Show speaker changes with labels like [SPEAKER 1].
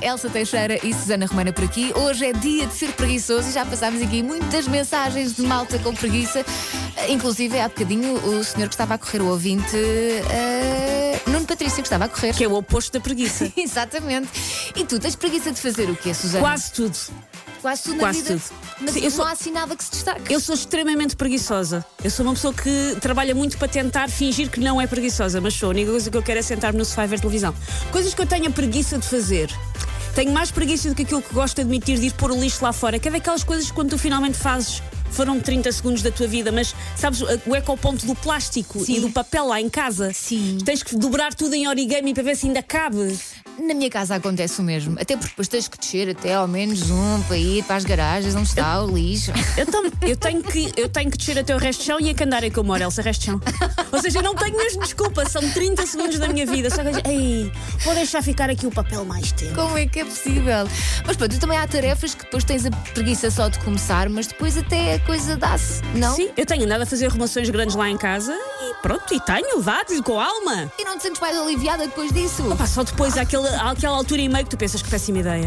[SPEAKER 1] Elsa Teixeira e Susana Romana por aqui. Hoje é dia de ser preguiçoso e já passámos aqui muitas mensagens de malta com preguiça. Inclusive, há bocadinho, o senhor que estava a correr, o ouvinte, eh, Nuno Patrício, que estava a correr.
[SPEAKER 2] Que é o oposto da preguiça.
[SPEAKER 1] Exatamente. E tu tens preguiça de fazer o quê, Susana?
[SPEAKER 2] Quase tudo.
[SPEAKER 1] Quase tudo na
[SPEAKER 2] quase
[SPEAKER 1] vida.
[SPEAKER 2] tudo.
[SPEAKER 1] Mas
[SPEAKER 2] Sim, eu
[SPEAKER 1] não
[SPEAKER 2] sou-
[SPEAKER 1] há assim nada que se destaque.
[SPEAKER 2] Eu sou extremamente preguiçosa. Eu sou uma pessoa que trabalha muito para tentar fingir que não é preguiçosa, mas sou. A única coisa que eu quero é sentar-me no sofá e ver televisão. Coisas que eu tenho a preguiça de fazer. Tenho mais preguiça do que aquilo que gosto de admitir de ir pôr o lixo lá fora, que é daquelas coisas que quando tu finalmente fazes. Foram 30 segundos da tua vida, mas sabes o ecoponto do plástico
[SPEAKER 1] Sim.
[SPEAKER 2] e do papel lá em casa?
[SPEAKER 1] Sim.
[SPEAKER 2] Tens que dobrar tudo em origami para ver se ainda cabe.
[SPEAKER 1] Na minha casa acontece o mesmo. Até porque depois tens que descer até ao menos um para ir para as garagens onde está o lixo.
[SPEAKER 2] Eu, tam- eu tenho que, eu tenho que descer até o resto de chão e a candária que eu moro, Elsa, resto de chão. Ou seja, eu não tenho mesmo desculpa, são 30 segundos da minha vida. Só que eu- ei, vou deixar ficar aqui o papel mais tempo.
[SPEAKER 1] Como é que é possível? Mas pronto, e também há tarefas que depois tens a preguiça só de começar, mas depois até a coisa dá-se, não?
[SPEAKER 2] Sim, eu tenho andado a fazer arrumações grandes lá em casa e pronto, e tenho, vá-te com alma.
[SPEAKER 1] E não te sentes mais aliviada depois disso?
[SPEAKER 2] Pá, só depois, àquele, àquela altura e meio que tu pensas que péssima ideia.